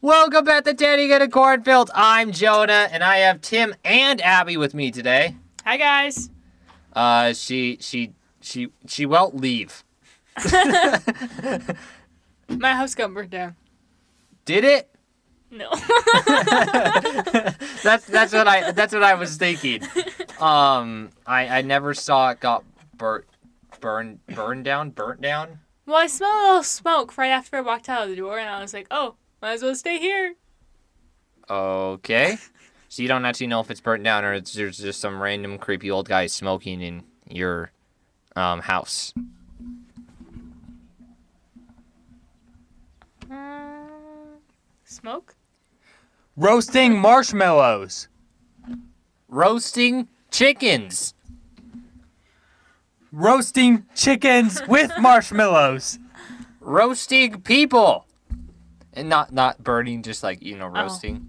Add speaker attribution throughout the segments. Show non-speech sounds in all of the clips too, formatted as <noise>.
Speaker 1: Welcome back to Daddy Get a Cornfield. I'm Jonah, and I have Tim and Abby with me today.
Speaker 2: Hi guys.
Speaker 1: Uh, she she she she won't leave.
Speaker 2: My house got burned down.
Speaker 1: Did it? <laughs>
Speaker 2: <laughs> No.
Speaker 1: that's that's what I that's what I was thinking. Um, I I never saw it got burnt, burned, burned down, burnt down.
Speaker 2: well, I smelled a little smoke right after I walked out of the door, and I was like, oh, might as well stay here.
Speaker 1: Okay. So you don't actually know if it's burnt down or it's there's just some random creepy old guy smoking in your um house.
Speaker 2: Mm, smoke?
Speaker 3: Roasting marshmallows.
Speaker 1: Roasting chickens.
Speaker 3: Roasting chickens with marshmallows.
Speaker 1: roasting people and not not burning just like you know roasting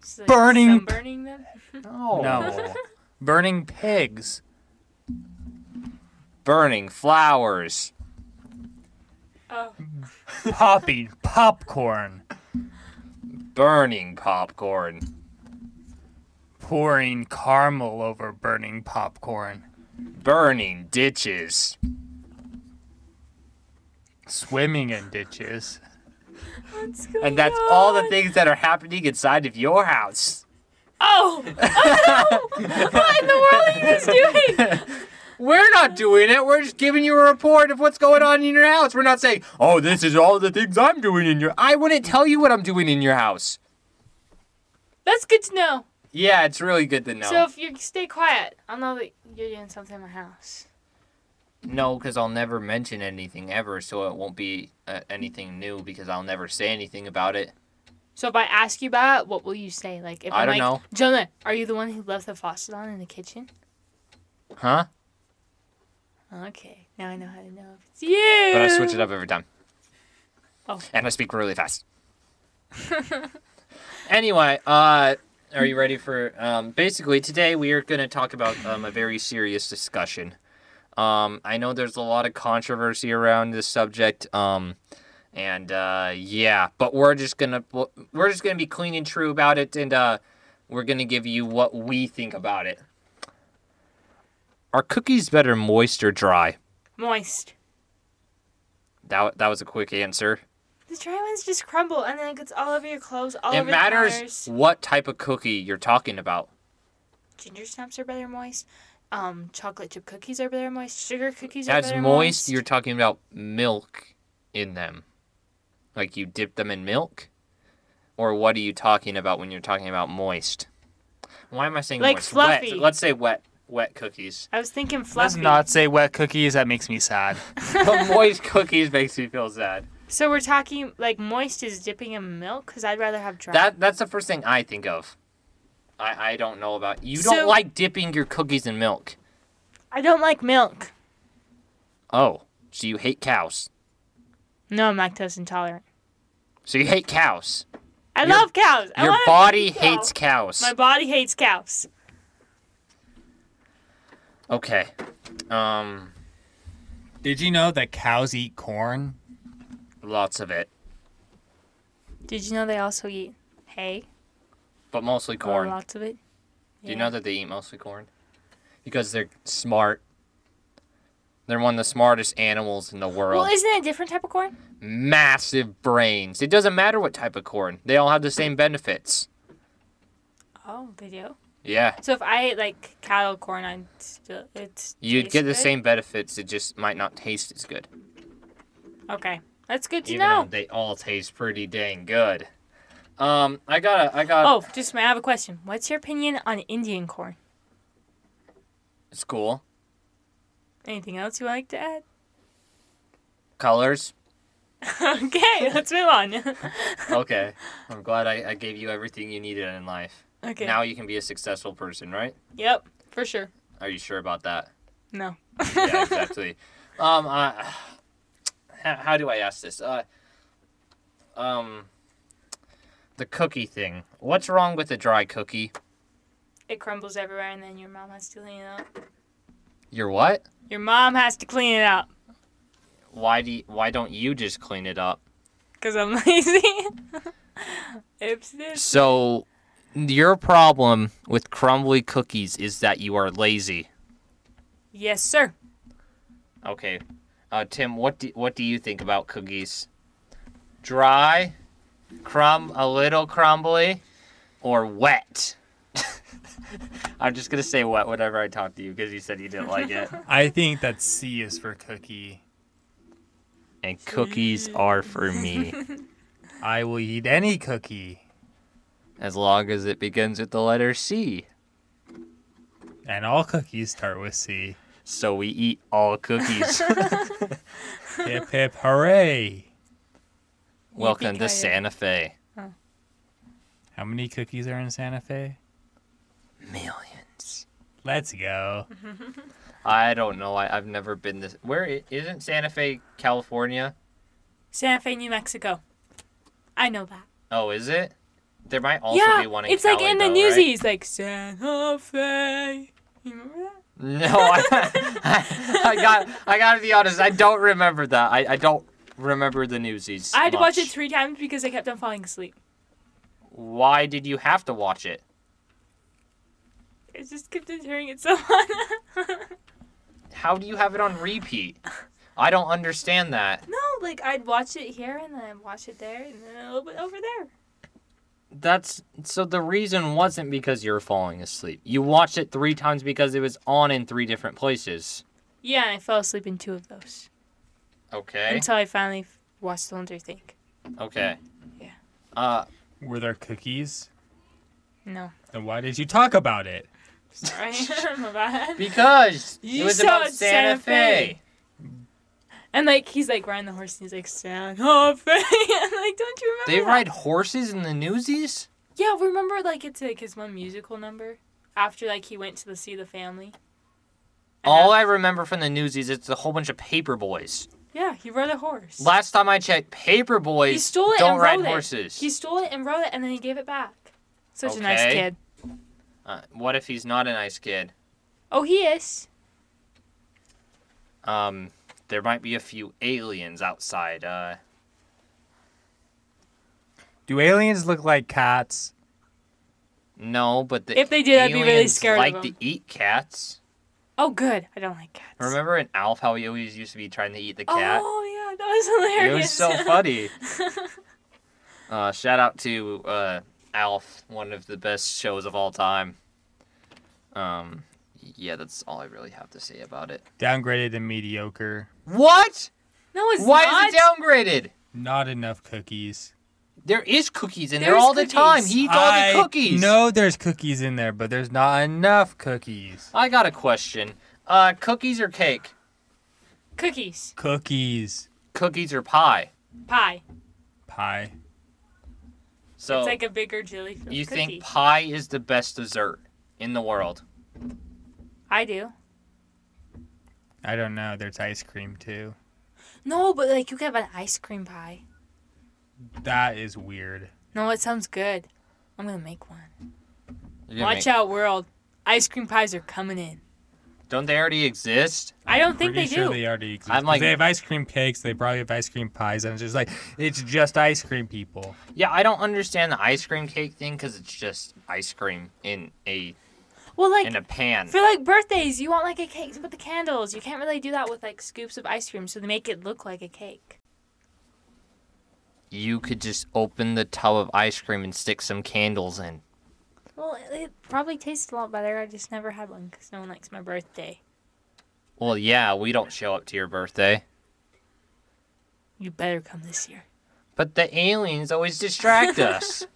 Speaker 2: It's like
Speaker 3: Burning-
Speaker 2: Burning them.
Speaker 1: oh.
Speaker 3: No. Burning pigs.
Speaker 1: burning flowers
Speaker 2: Oh,
Speaker 3: Popping popcorn.
Speaker 1: burning popcorn
Speaker 3: Pouring caramel over burning popcorn.
Speaker 1: burning ditches
Speaker 3: Swimming in ditches.
Speaker 2: what's going
Speaker 1: and that's all the
Speaker 2: on?
Speaker 1: things that are happening inside of your house
Speaker 2: Oh!
Speaker 1: <laughs>
Speaker 2: oh no! what in the world are you guys doing?
Speaker 1: we're not doing it we're just giving you a report of what's going on in your house we're not saying oh this is all the things i'm doing in your i wouldn't tell you what i'm doing in your house
Speaker 2: That's good to know.
Speaker 1: yeah it's really good to know
Speaker 2: So if you stay quiet, I'll know that you're doing something in my house.
Speaker 1: No, because I'll never mention anything ever, so it won't be uh, anything new because I'll never say anything about it.
Speaker 2: So if I ask you about it, what will you say? Like if
Speaker 1: I
Speaker 2: I'm
Speaker 1: don't
Speaker 2: like,
Speaker 1: know.
Speaker 2: Jonah, are you the one who left the faucet on in the kitchen?
Speaker 1: Huh?
Speaker 2: Okay, now I know how to know if it's you.
Speaker 1: But I switch it up every time.
Speaker 2: Oh.
Speaker 1: And I speak really fast. <laughs> anyway, uh, are you ready for. Um, basically, today we are going to talk about um, a very serious discussion. Um, I know there's a lot of controversy around this subject. Um, and uh, yeah, but we're just gonna we're just gonna be clean and true about it, and uh, we're gonna give you what we think about it. Are cookies better moist or dry?
Speaker 2: Moist.
Speaker 1: That that was a quick answer.
Speaker 2: The dry ones just crumble and then it gets all over your clothes, all
Speaker 1: it
Speaker 2: over
Speaker 1: matters
Speaker 2: the counters.
Speaker 1: what type of cookie you're talking about.
Speaker 2: Ginger snaps are better moist. Um, chocolate chip cookies are better moist. Sugar cookies are
Speaker 1: As
Speaker 2: better
Speaker 1: moist,
Speaker 2: moist.
Speaker 1: you're talking about milk in them. Like you dip them in milk? Or what are you talking about when you're talking about moist? Why am I saying
Speaker 2: Like
Speaker 1: moist?
Speaker 2: fluffy.
Speaker 1: Wet. Let's say wet wet
Speaker 2: <laughs>
Speaker 1: cookies.
Speaker 2: I was thinking
Speaker 3: Let's
Speaker 2: fluffy.
Speaker 3: not say wet cookies. That makes me sad.
Speaker 1: but moist cookies makes me feel sad.
Speaker 2: So we're talking like moist is dipping in milk because I'd rather have dry.
Speaker 1: That that's the first thing I think of. I, I don't know about you
Speaker 2: So-
Speaker 1: don't like dipping your cookies in milk.
Speaker 2: I don't like milk.
Speaker 1: Oh. So you hate cows.
Speaker 2: No, I'm lactose intolerant.
Speaker 1: So you hate cows.
Speaker 2: I
Speaker 1: Your-
Speaker 2: love cows. I
Speaker 1: Your
Speaker 2: wanna
Speaker 1: body
Speaker 2: be a cow.
Speaker 1: hates cows.
Speaker 2: My body hates cows.
Speaker 1: Okay. Um,
Speaker 3: Did you know that cows eat corn?
Speaker 1: lots of it,
Speaker 2: Did you know they also eat hay?
Speaker 1: but mostly corn.
Speaker 2: Or lots of it.
Speaker 1: Do you know that they eat mostly corn? Because they're smart. They're one of the smartest animals in the world.
Speaker 2: Well, isn't it a different type of corn?
Speaker 1: Massive brains. It doesn't matter what type of corn. They all have the same benefits.
Speaker 2: Oh, they do.
Speaker 1: Yeah.
Speaker 2: So if I ate like cattle corn, I'd still it's.
Speaker 1: You'd
Speaker 2: tastes
Speaker 1: get the
Speaker 2: good?
Speaker 1: same benefits, it just might not taste as good.
Speaker 2: Okay, that's good to
Speaker 1: Even
Speaker 2: know.
Speaker 1: though they all taste pretty dang good. Um, I got to I got
Speaker 2: Oh, just I have a question. What's your opinion on Indian corn?
Speaker 1: it's cool.
Speaker 2: Anything else you like to add? <laughs>
Speaker 1: Colors. <laughs>
Speaker 2: okay, let's move on.
Speaker 1: Okay. I'm glad I, I gave you everything you needed in life.
Speaker 2: okay.
Speaker 1: Now you can be a successful person, right?
Speaker 2: Yep, for sure.
Speaker 1: Are you sure about that?
Speaker 2: No. <laughs>
Speaker 1: Yeah, exactly. um, uh, how, how do I ask this? Uh, um, the cookie thing. What's wrong with a dry cookie?
Speaker 2: It crumbles everywhere, and then your mom has to clean it up.
Speaker 1: Your what?
Speaker 2: Your mom has to clean it up
Speaker 1: Why do you, why don't you just clean it up?
Speaker 2: because I'm <laughs> lazy. Oops.
Speaker 1: So, your problem with crumbly cookies is that you are lazy.
Speaker 2: Yes, sir.
Speaker 1: Okay, uh, Tim, what do what do you think about cookies? Dry, crumb a little crumbly, or wet? <laughs> I'm just gonna say wet whenever I talk to you because you said you didn't like it.
Speaker 3: I think that C is for cookie.
Speaker 1: And cookies are for me
Speaker 3: I will eat any cookie,
Speaker 1: as long as it begins with the letter C.
Speaker 3: and all cookies start with C.
Speaker 1: So we eat all cookies.
Speaker 3: hip hip hooray!
Speaker 1: <laughs> Welcome to
Speaker 2: Yippee-ki-yay.
Speaker 1: Santa Fe.
Speaker 3: How many cookies are in Santa Fe?
Speaker 1: Millions.
Speaker 3: Let's go.
Speaker 1: I don't know. I, I've never been this. Where i- isn't Santa Fe, California?
Speaker 2: Santa Fe, New Mexico. I know that.
Speaker 1: Oh, is it? There might also
Speaker 2: yeah,
Speaker 1: be one in
Speaker 2: it's
Speaker 1: Cali,
Speaker 2: like in the e-
Speaker 1: though,
Speaker 2: newsies, like Santa Fe. You remember that?
Speaker 1: Right? <laughs> No, I, I, I got. I gotta be honest. I don't remember that. I, I don't remember the Newsies.
Speaker 2: I had to watch it
Speaker 1: much.
Speaker 2: three times because I kept on falling asleep.
Speaker 1: Why did you have to watch it?
Speaker 2: It just kept on hearing it so <laughs> on.
Speaker 1: How do you have it on repeat? I don't understand that.
Speaker 2: no, like I'd watch it here and then I'd watch it there and then a little bit over there.
Speaker 1: That's so. The reason wasn't because you were falling asleep. You watched it three times because it was on in three different places.
Speaker 2: Yeah, and I fell asleep in two of those
Speaker 1: Okay.
Speaker 2: until I finally f- watched the entire thing.
Speaker 1: Okay.
Speaker 2: Yeah.
Speaker 1: Uh,
Speaker 3: Were there cookies?
Speaker 2: No,
Speaker 3: Then why did you talk about it?
Speaker 2: sorry, <laughs> my bad.
Speaker 1: Because
Speaker 2: You
Speaker 1: it was
Speaker 2: saw
Speaker 1: about
Speaker 2: it,
Speaker 1: Santa
Speaker 2: Santa
Speaker 1: Fe.
Speaker 2: And like he's like riding the horse and he's like Santa Fe. <laughs> I'm like, don't you remember?
Speaker 1: They
Speaker 2: that?
Speaker 1: ride horses in the newsies?
Speaker 2: Yeah, remember like it's like his one musical number after like he went to the see the family. And
Speaker 1: All
Speaker 2: af-
Speaker 1: I remember from the newsies is a whole bunch of paper boys.
Speaker 2: yeah, he rode a horse.
Speaker 1: Last time I checked, paper boys
Speaker 2: he stole it
Speaker 1: don't
Speaker 2: and
Speaker 1: ride
Speaker 2: rode
Speaker 1: horses.
Speaker 2: it. He stole it and rode it and then he gave it back. Such a nice
Speaker 1: Okay.
Speaker 2: kid.
Speaker 1: Uh, what if he's not a nice kid?
Speaker 2: Oh, he is.
Speaker 1: Um, there might be a few aliens outside. Uh,
Speaker 3: Do aliens look like cats?
Speaker 1: no, but the
Speaker 2: If they did, I'd be really
Speaker 1: aliens
Speaker 2: scared of
Speaker 1: like to
Speaker 2: them.
Speaker 1: eat cats.
Speaker 2: Oh, good. I don't like cats.
Speaker 1: Remember in Alf how he always used to be trying to eat the cat?
Speaker 2: Oh yeah, that was hilarious.
Speaker 1: it was so
Speaker 2: <laughs>
Speaker 1: funny. Uh, shout out to uh, Alf, one of the best shows of all time. Um, yeah, that's all I really have to say about it.
Speaker 3: Downgraded to mediocre.
Speaker 1: What?
Speaker 2: no, it's
Speaker 1: Why
Speaker 2: not.
Speaker 1: is it downgraded?
Speaker 3: Not enough cookies.
Speaker 1: There is cookies in there
Speaker 2: There's
Speaker 1: all
Speaker 2: cookies.
Speaker 1: the time. He eats
Speaker 3: I
Speaker 1: all the cookies.
Speaker 3: know there's cookies in there, but there's not enough cookies.
Speaker 1: I got a question. Uh, cookies or cake?
Speaker 2: Cookies,
Speaker 3: Cookies.
Speaker 1: Cookies or pie?
Speaker 2: pie.
Speaker 3: Pie.
Speaker 1: So
Speaker 2: It's like a bigger jelly filled
Speaker 1: you
Speaker 2: cookie.
Speaker 1: think pie is the best dessert in the world?
Speaker 2: I do.
Speaker 3: I don't know. There's ice cream too.
Speaker 2: No, but like you could have an ice cream pie.
Speaker 3: That is weird.
Speaker 2: No, it sounds good. I'm gonna make one.
Speaker 1: You're gonna
Speaker 2: Watch
Speaker 1: make-
Speaker 2: out, world! Ice cream pies are coming in.
Speaker 1: Don't they already exist?
Speaker 2: I don't think they
Speaker 3: Pretty sure
Speaker 2: do.
Speaker 3: they already exist.
Speaker 1: I'm
Speaker 3: 'Cause
Speaker 1: like-
Speaker 3: they have ice cream cakes. They probably have ice cream pies, and it's just like it's just ice cream people.
Speaker 1: Yeah, I don't understand the ice cream cake thing because it's just ice cream in a
Speaker 2: well,
Speaker 1: <laughs>
Speaker 2: like
Speaker 1: in a pan.
Speaker 2: for like birthdays, you want like a cake with the candles. You can't really do that with like scoops of ice cream, so they make it look like a cake.
Speaker 1: You could just open the tub of ice cream and stick some candles in.
Speaker 2: Well, it, it probably tastes a lot better. I just never had one because no one likes my birthday.
Speaker 1: Well, yeah, we don't show up to your birthday,
Speaker 2: You better come this year.
Speaker 1: but the aliens always distract us.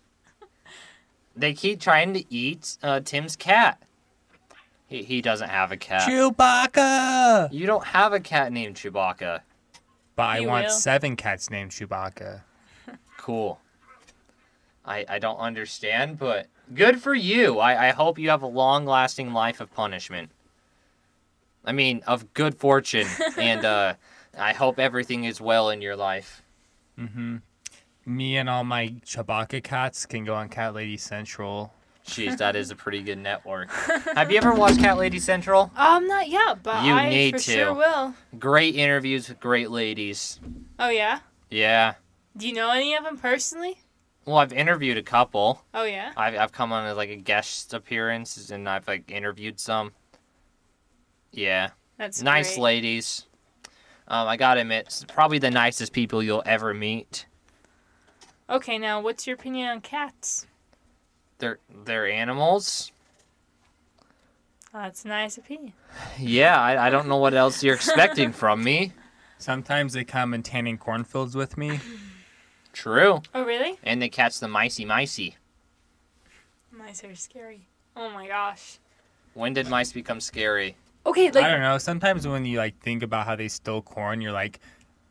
Speaker 1: They keep trying to eat uh, Tim's cat. He he doesn't have a cat.
Speaker 3: Chewbacca.
Speaker 1: you don't have a cat named Chewbacca.
Speaker 3: But I
Speaker 2: You
Speaker 3: want
Speaker 2: will.
Speaker 3: seven cats named Chewbacca.
Speaker 1: Cool. I I don't understand, but good for you. I I hope you have a long lasting life of punishment. I mean, of good fortune, and uh, I hope everything is well in your life.
Speaker 3: Me and all my Chewbacca cats can go on Cat Lady Central.
Speaker 1: Jeez, that is a pretty good network. Have you ever watched Cat Lady Central?
Speaker 2: Um, not yet, but
Speaker 1: You
Speaker 2: I
Speaker 1: need
Speaker 2: for
Speaker 1: to.
Speaker 2: sure will.
Speaker 1: Great interviews with great ladies.
Speaker 2: Oh yeah.
Speaker 1: Yeah,
Speaker 2: Do you know any of them personally?
Speaker 1: Well, I've interviewed a couple.
Speaker 2: Oh yeah.
Speaker 1: I've I've come on as like a guest appearance and I've like interviewed some. Yeah,
Speaker 2: That's
Speaker 1: nice
Speaker 2: great.
Speaker 1: ladies. Um, I gotta admit, it's probably the nicest people you'll ever meet.
Speaker 2: Okay, now what's your opinion on cats?
Speaker 1: They're they're animals.
Speaker 2: That's a nice opinion.
Speaker 1: Yeah, I, I don't know what else you're
Speaker 2: <laughs>
Speaker 1: expecting from me.
Speaker 3: Sometimes they come and tan in cornfields with me.
Speaker 1: True.
Speaker 2: Oh really?
Speaker 1: And they catch the micey micey.
Speaker 2: Mice are scary. Oh my gosh.
Speaker 1: When did mice become scary?
Speaker 2: Okay,
Speaker 3: I don't
Speaker 2: like
Speaker 3: know. Sometimes when you like think about how they stole corn, you're like,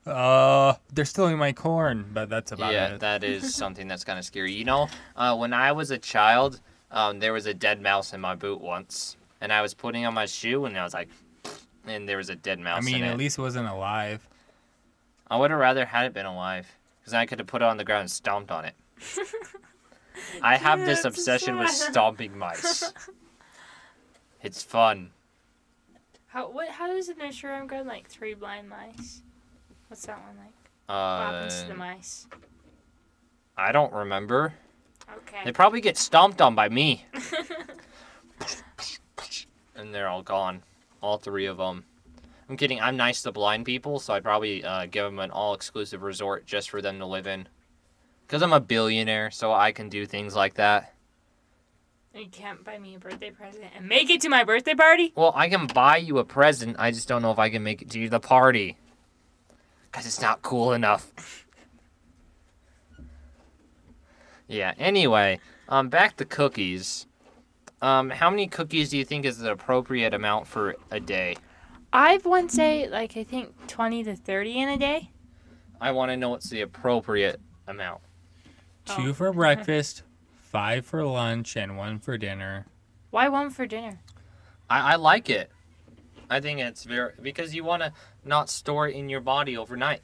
Speaker 3: uh, they're stealing my corn. But that's about
Speaker 1: yeah,
Speaker 3: it.
Speaker 1: that
Speaker 3: <laughs>
Speaker 1: is something that's kind of scary. You know, uh, when I was a child, um, there was a dead mouse in my boot once, and I was putting on my shoe, and I was like, and there was a dead mouse.
Speaker 3: I
Speaker 1: in
Speaker 3: mean,
Speaker 1: it.
Speaker 3: at least it wasn't alive.
Speaker 1: I would have rather had it been alive, because I could have put it on the ground and stomped
Speaker 2: <laughs>
Speaker 1: on it. I have this
Speaker 2: That's
Speaker 1: obsession with
Speaker 2: sad.
Speaker 1: stomping
Speaker 2: <laughs>
Speaker 1: mice. It's fun.
Speaker 2: how what how does the nursery ground like three blind mice? What's that one like? What
Speaker 1: Uh,
Speaker 2: happens to the mice?
Speaker 1: I don't remember. They
Speaker 2: Okay.
Speaker 1: probably get stomped on by
Speaker 2: <laughs>
Speaker 1: me, and they're all gone. All three of them. I'm kidding. I'm nice to blind people, so I'd probably uh, give them an all-exclusive resort just for them to live in. Because I'm a billionaire, so I can do things like that.
Speaker 2: you can't buy me a birthday present and make it to my birthday party?
Speaker 1: Well, I can buy you a present. I just don't know if I can make it to the party. Because it's not cool enough. yeah, anyway, um, back to cookies. Um, how many cookies do you think is the appropriate amount for a day?
Speaker 2: I've once ate like I think twenty to thirty in a day.
Speaker 1: I want to know what's the appropriate amount.
Speaker 2: Oh.
Speaker 3: Two for breakfast, five for lunch, and one for dinner.
Speaker 2: Why one for <laughs> dinner?
Speaker 1: I, I like it. I think it's very. Because you want to not store it in your body overnight.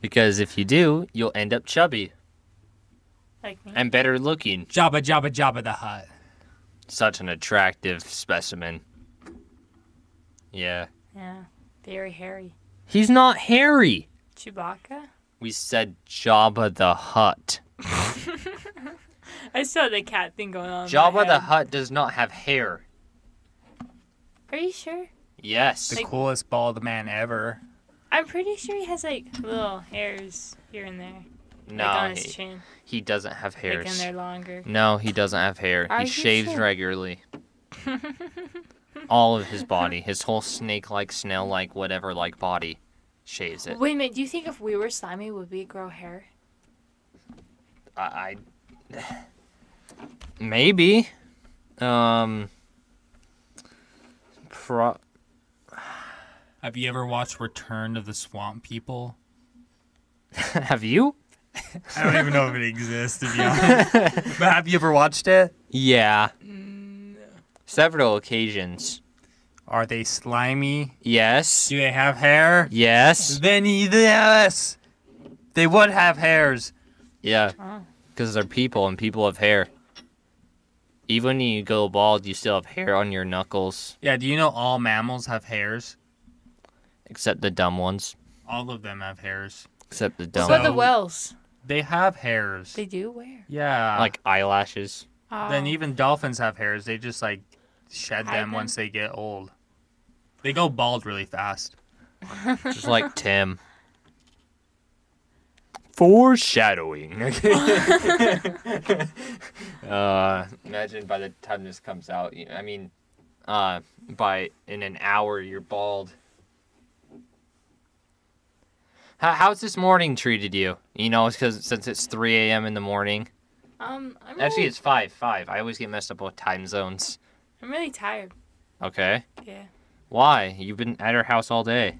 Speaker 1: Because if you do, you'll end up chubby
Speaker 2: like me.
Speaker 1: and better looking.
Speaker 3: Jabba Jabba Jabba the Hut.
Speaker 1: such an attractive specimen. Yeah.
Speaker 2: Yeah. Very hairy.
Speaker 1: He's not hairy.
Speaker 2: Chewbacca?
Speaker 1: We said Jabba the Hutt.
Speaker 2: I saw the cat thing going on. in my
Speaker 1: Jabba the
Speaker 2: head.
Speaker 1: Hutt does not have hair.
Speaker 2: Are you sure?
Speaker 1: Yes.
Speaker 3: The
Speaker 2: Like-
Speaker 3: coolest bald man ever.
Speaker 2: I'm pretty sure he has like little hairs here and there.
Speaker 1: no,
Speaker 2: Like on his
Speaker 1: he,
Speaker 2: chin.
Speaker 1: he doesn't have
Speaker 2: Like and
Speaker 1: hairs.
Speaker 2: they're longer.
Speaker 1: No, he doesn't have hair.
Speaker 2: Are
Speaker 1: he
Speaker 2: you
Speaker 1: shaves
Speaker 2: sure? <laughs>
Speaker 1: regularly. All of his body, his whole snake like, snail like, whatever like body, shaves it.
Speaker 2: Wait a minute, do you think if we were slimy would we grow hair?
Speaker 1: I, I maybe. Um pro <laughs>
Speaker 3: Have you ever watched Return of the Swamp People?
Speaker 1: have you?
Speaker 3: I don't even know if it exists, to be <laughs> honest. but have you ever watched it?
Speaker 1: Yeah. Mm, Several occasions.
Speaker 3: Are they slimy?
Speaker 1: Yes.
Speaker 3: Do they have hair?
Speaker 1: Yes.
Speaker 3: Then yes, they would have hairs.
Speaker 1: Yeah.
Speaker 2: Oh.
Speaker 1: Because they're people and people have hair. Even when you go bald, you still have hair on your knuckles,
Speaker 3: Yeah. Do you know all mammals have hairs?
Speaker 1: except the dumb ones.
Speaker 3: All of them have hairs.
Speaker 1: Except the dumb
Speaker 2: What
Speaker 3: So-
Speaker 2: about the whales?
Speaker 3: They have hairs.
Speaker 2: They do where?
Speaker 3: yeah.
Speaker 1: like eyelashes.
Speaker 2: Oh.
Speaker 3: Then even dolphins have hairs. They just like shed
Speaker 2: Hide
Speaker 3: them,
Speaker 2: them?
Speaker 3: once they get old. They go bald really fast.
Speaker 1: Just like Tim. Foreshadowing. uh, imagine by the time this comes out, you- I mean, uh, by in an hour you're bald. How, how's this morning treated you? You know, it's 'cause- since it's 3 a.m. in the morning.
Speaker 2: Um I'm
Speaker 1: Actually,
Speaker 2: really,
Speaker 1: it's 5, 5. I always get messed up with time zones.
Speaker 2: I'm really tired.
Speaker 1: Okay.
Speaker 2: Yeah.
Speaker 1: Why? You've been at our house all day.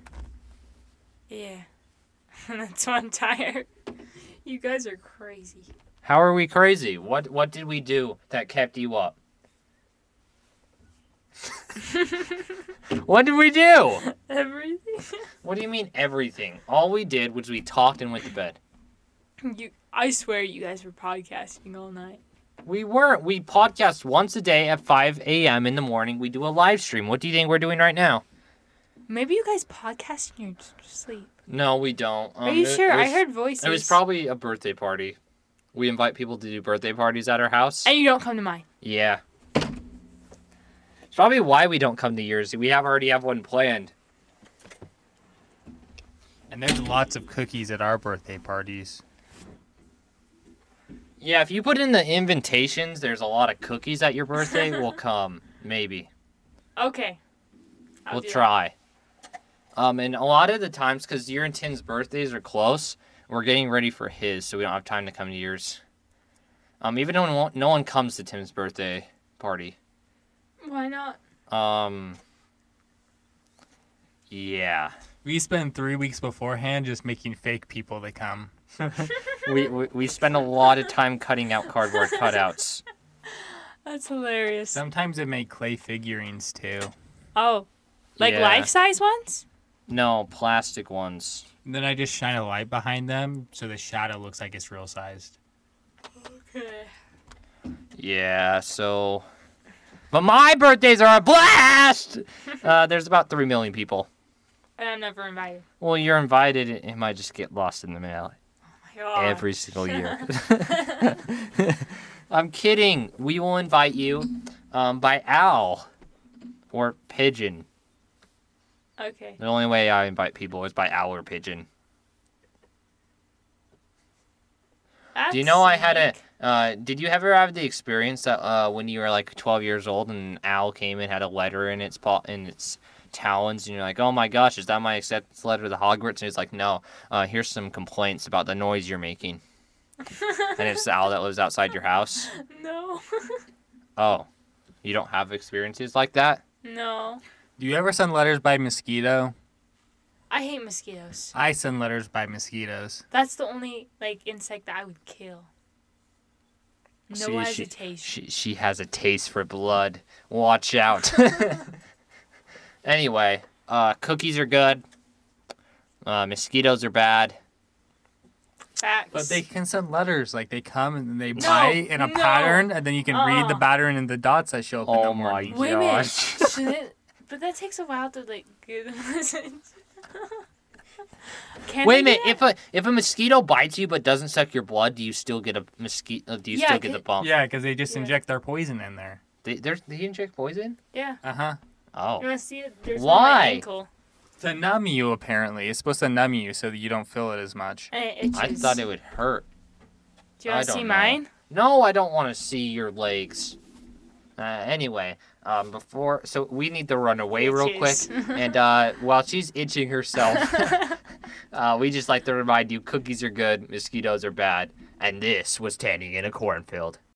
Speaker 2: Yeah. <laughs> That's why I'm tired. You guys are crazy. <laughs>
Speaker 1: How are we crazy? What what did we do that kept you up? what did we do?
Speaker 2: Everything <laughs>
Speaker 1: What do you mean everything? All we did was we talked and went to bed.
Speaker 2: you I swear you guys were podcasting all night.
Speaker 1: We weren't. We podcast once a day at 5 a.m. in the morning. We do a live stream. What do you think we're doing right now?
Speaker 2: Maybe you guys podcast in your s- sleep.
Speaker 1: No, we don't. Um,
Speaker 2: Are you
Speaker 1: there-
Speaker 2: sure? I
Speaker 1: there's-
Speaker 2: heard voices.
Speaker 1: It was probably a birthday party. We invite people to do birthday parties at our house.
Speaker 2: And you don't come to mine.
Speaker 1: Yeah. It's probably why we don't come to yours. We have already have one planned.
Speaker 3: And there's lots of cookies at our birthday parties.
Speaker 1: Yeah, if you put in the invitations, there's a lot of cookies at your birthday.
Speaker 3: <laughs>
Speaker 1: we'll come, maybe.
Speaker 2: Okay. I'll
Speaker 1: we'll
Speaker 2: do that.
Speaker 1: try. Um, and a lot of the times, because your and Tim's birthdays are close, we're getting ready for his, so we don't have time to come to yours. Um, even though no one- no one comes to Tim's birthday party.
Speaker 2: Why not?
Speaker 1: Um. Yeah.
Speaker 3: We spend three weeks beforehand just making fake people to come.
Speaker 1: we, we we spend a lot of time cutting out cardboard cutouts.
Speaker 2: That's hilarious.
Speaker 3: Sometimes they make clay figurines too.
Speaker 2: Oh, <laughs> like
Speaker 1: Yeah.
Speaker 2: life size ones?
Speaker 1: No, plastic ones.
Speaker 3: And then I just shine a light behind them so the shadow looks like it's real sized.
Speaker 2: Okay.
Speaker 1: Yeah, so. But my birthdays are a blast! Uh, there's about 3 million people.
Speaker 2: And I'm never invited.
Speaker 1: Well, you're invited. It it might just get lost in the mail
Speaker 2: Oh my god.
Speaker 1: every single year. <laughs> I'm kidding. We will invite you um, by owl or pigeon.
Speaker 2: Okay.
Speaker 1: The only way I invite people is by owl or pigeon. Do you
Speaker 2: That's
Speaker 1: know I had a?
Speaker 2: unique.
Speaker 1: Uh, did you ever have the experience that uh, when you were like 12 years old and an owl came and had a letter in its paw in its talons and you're like, oh my gosh, is that my acceptance letter to Hogwarts? And it's like, no, uh, here's some complaints about the noise you're making. and it's the owl that lives outside your house.
Speaker 2: No. <laughs>
Speaker 1: Oh, you don't have experiences like that?
Speaker 2: no.
Speaker 3: Do you ever send letters by mosquito?
Speaker 2: I hate mosquitoes.
Speaker 3: I send letters by mosquitoes.
Speaker 2: That's the only like insect that I would kill. No
Speaker 1: See, she-
Speaker 2: hesitation.
Speaker 1: She she has a taste for blood. Watch out. anyway, uh, cookies are good. Uh, mosquitoes are bad.
Speaker 2: Facts.
Speaker 3: <laughs> But they can send letters. Like they come and they
Speaker 2: No,
Speaker 3: bite in a
Speaker 2: no.
Speaker 3: pattern, and then you can read the
Speaker 2: Uh-uh.
Speaker 3: pattern and the dots that show up in the
Speaker 1: Oh my
Speaker 3: morning.
Speaker 2: Wait a minute.
Speaker 1: Gosh. <laughs>
Speaker 2: Shouldn't- but that takes a while to like get the <laughs> message. Can
Speaker 1: Wait
Speaker 2: they
Speaker 1: a
Speaker 2: do
Speaker 1: minute.
Speaker 2: that?
Speaker 1: If a if a mosquito bites you but doesn't suck your blood, do you still get a mosquito? uh, Do you
Speaker 2: Yeah,
Speaker 1: still get
Speaker 2: ca-
Speaker 1: the bump?
Speaker 3: Yeah, because they just
Speaker 2: Yeah.
Speaker 3: inject their poison in there.
Speaker 1: They they're- they inject poison.
Speaker 2: yeah.
Speaker 3: Uh huh.
Speaker 2: You
Speaker 1: Oh.
Speaker 2: want to see it? There's one on my
Speaker 1: Why?
Speaker 2: ankle,
Speaker 3: To numb you, apparently. It's supposed to numb you so that you don't feel it as much.
Speaker 2: and it itches.
Speaker 1: I thought it would hurt.
Speaker 2: Do you want
Speaker 1: I
Speaker 2: to
Speaker 1: don't
Speaker 2: see
Speaker 1: know.
Speaker 2: mine?
Speaker 1: No, I don't want to see your legs. Uh, anyway, um, before so we need to run away real quick,
Speaker 2: Itches. <laughs>
Speaker 1: and uh, while she's itching herself, <laughs> uh, we just like to remind you: cookies are good, mosquitoes are bad, and this was tanning in a cornfield.